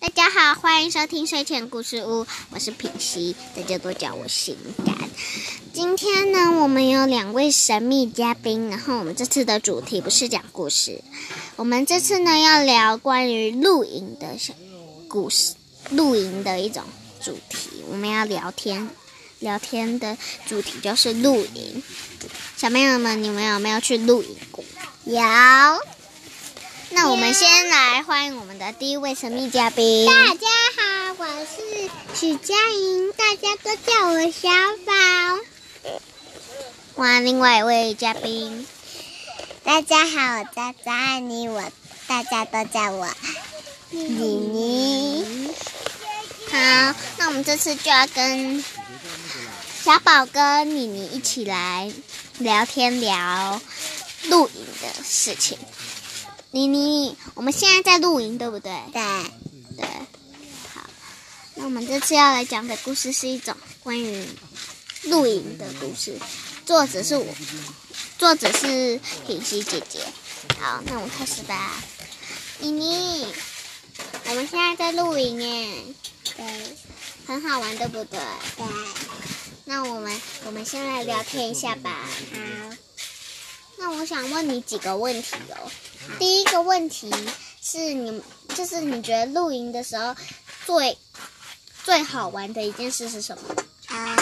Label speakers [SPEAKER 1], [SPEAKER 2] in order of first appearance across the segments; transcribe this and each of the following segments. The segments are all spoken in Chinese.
[SPEAKER 1] 大家好，欢迎收听睡前故事屋，我是品熙，大家都叫我性感。今天呢，我们有两位神秘嘉宾，然后我们这次的主题不是讲故事，我们这次呢要聊关于露营的小故事，露营的一种主题，我们要聊天，聊天的主题就是露营。小朋友们，你们有没有去露营过？有。那我们先来欢迎我们的第一位神秘嘉宾。
[SPEAKER 2] 大家好，我是许佳莹，大家都叫我小宝。
[SPEAKER 1] 哇，另外一位嘉宾，
[SPEAKER 2] 大家好，我叫张安妮，我大家都叫我妮妮。
[SPEAKER 1] 好，那我们这次就要跟小宝跟妮妮一起来聊天聊露营的事情。妮妮，我们现在在露营，对不对？
[SPEAKER 2] 对，
[SPEAKER 1] 对。好，那我们这次要来讲的故事是一种关于露营的故事，作者是我，作者是品熙姐姐。好，那我们开始吧。妮妮，我们现在在露营耶，
[SPEAKER 2] 对，
[SPEAKER 1] 很好玩，对不对？
[SPEAKER 2] 对，
[SPEAKER 1] 那我们我们先来聊天一下吧。
[SPEAKER 2] 好，
[SPEAKER 1] 那我想问你几个问题哦。第一个问题是你，就是你觉得露营的时候最最好玩的一件事是什么？
[SPEAKER 2] 啊、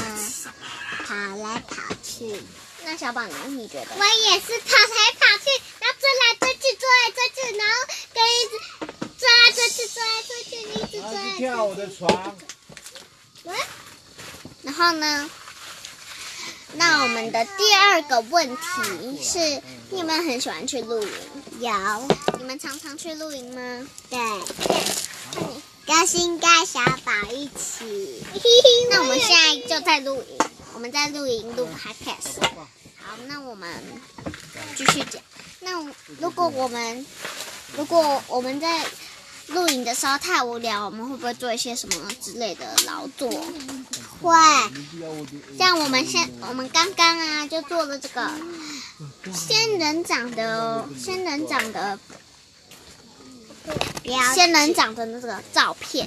[SPEAKER 2] 跑来跑去，
[SPEAKER 1] 那小宝呢？你觉得？
[SPEAKER 2] 我也是跑来跑去，然后追来追去，追来追去，然后跟一直追来追去，追来追去，一直追
[SPEAKER 3] 他去
[SPEAKER 2] 来追
[SPEAKER 3] 跳我的床，
[SPEAKER 1] 然后呢？那我们的第二个问题是，你有没有很喜欢去露营？
[SPEAKER 2] 有，
[SPEAKER 1] 你们常常去露营吗？
[SPEAKER 2] 对，跟新跟小宝一起。
[SPEAKER 1] 那我们现在就在露营，我们在露营录 podcast。好，那我们继续讲。那我如果我们如果我们在露营的时候太无聊，我们会不会做一些什么之类的劳作？
[SPEAKER 2] 会，
[SPEAKER 1] 像我们现我们刚刚啊就做了这个仙人掌的仙人掌的
[SPEAKER 2] 不要
[SPEAKER 1] 仙人掌的那个照片，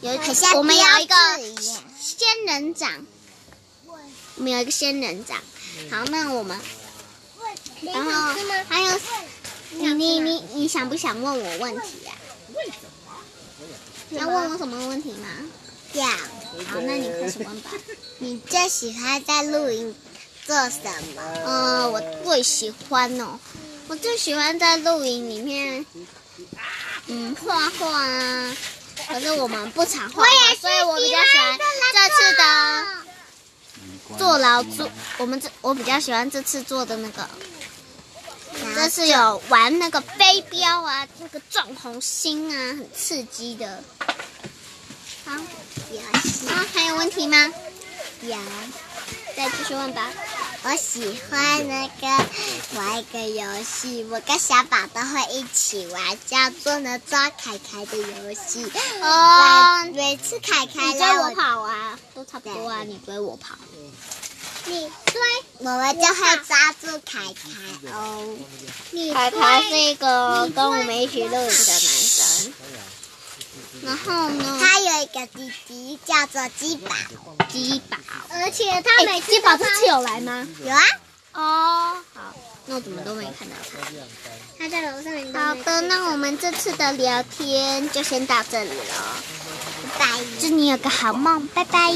[SPEAKER 1] 有一
[SPEAKER 2] 很像
[SPEAKER 1] 我们有一个
[SPEAKER 2] 标志一样
[SPEAKER 1] 仙人掌，我们有一个仙人掌。好，那我们然后还有你你你你想不想问我问题呀、啊？要问我什么问题吗？
[SPEAKER 2] 要。
[SPEAKER 1] 好，那你开始问吧。
[SPEAKER 2] 你最喜欢在露营做什么？
[SPEAKER 1] 呃，我最喜欢哦，我最喜欢在露营里面，嗯，画画啊。可是我们不常画画，所以我比较喜欢啊这次的做劳作。我们这我比较喜欢这次做的那个，这次有玩那个飞镖啊，那个撞红心啊，很刺激的。好，
[SPEAKER 2] 游戏
[SPEAKER 1] 啊，还有问题吗？
[SPEAKER 2] 有，
[SPEAKER 1] 再继续问吧。
[SPEAKER 2] 我喜欢那个玩一个游戏，我跟小宝都会一起玩，叫做呢抓凯凯的游戏。
[SPEAKER 1] 哦
[SPEAKER 2] 每每次凯凯
[SPEAKER 1] 你追
[SPEAKER 2] 来
[SPEAKER 1] 我跑啊，都差不多啊，你追我跑。
[SPEAKER 2] 你追，我们就会抓住凯凯哦。你
[SPEAKER 1] 凯凯是一个跟我们一起露营的男生。然后呢，
[SPEAKER 2] 他有一个弟弟叫做鸡宝，
[SPEAKER 1] 鸡宝，
[SPEAKER 2] 而且他
[SPEAKER 1] 哎，鸡宝这次有来吗？
[SPEAKER 2] 有啊，
[SPEAKER 1] 哦，好，那我怎么都没看到他。
[SPEAKER 2] 他在楼上面
[SPEAKER 1] 好的，那我们这次的聊天就先到这里了，
[SPEAKER 2] 拜。
[SPEAKER 1] 祝你有个好梦，拜拜。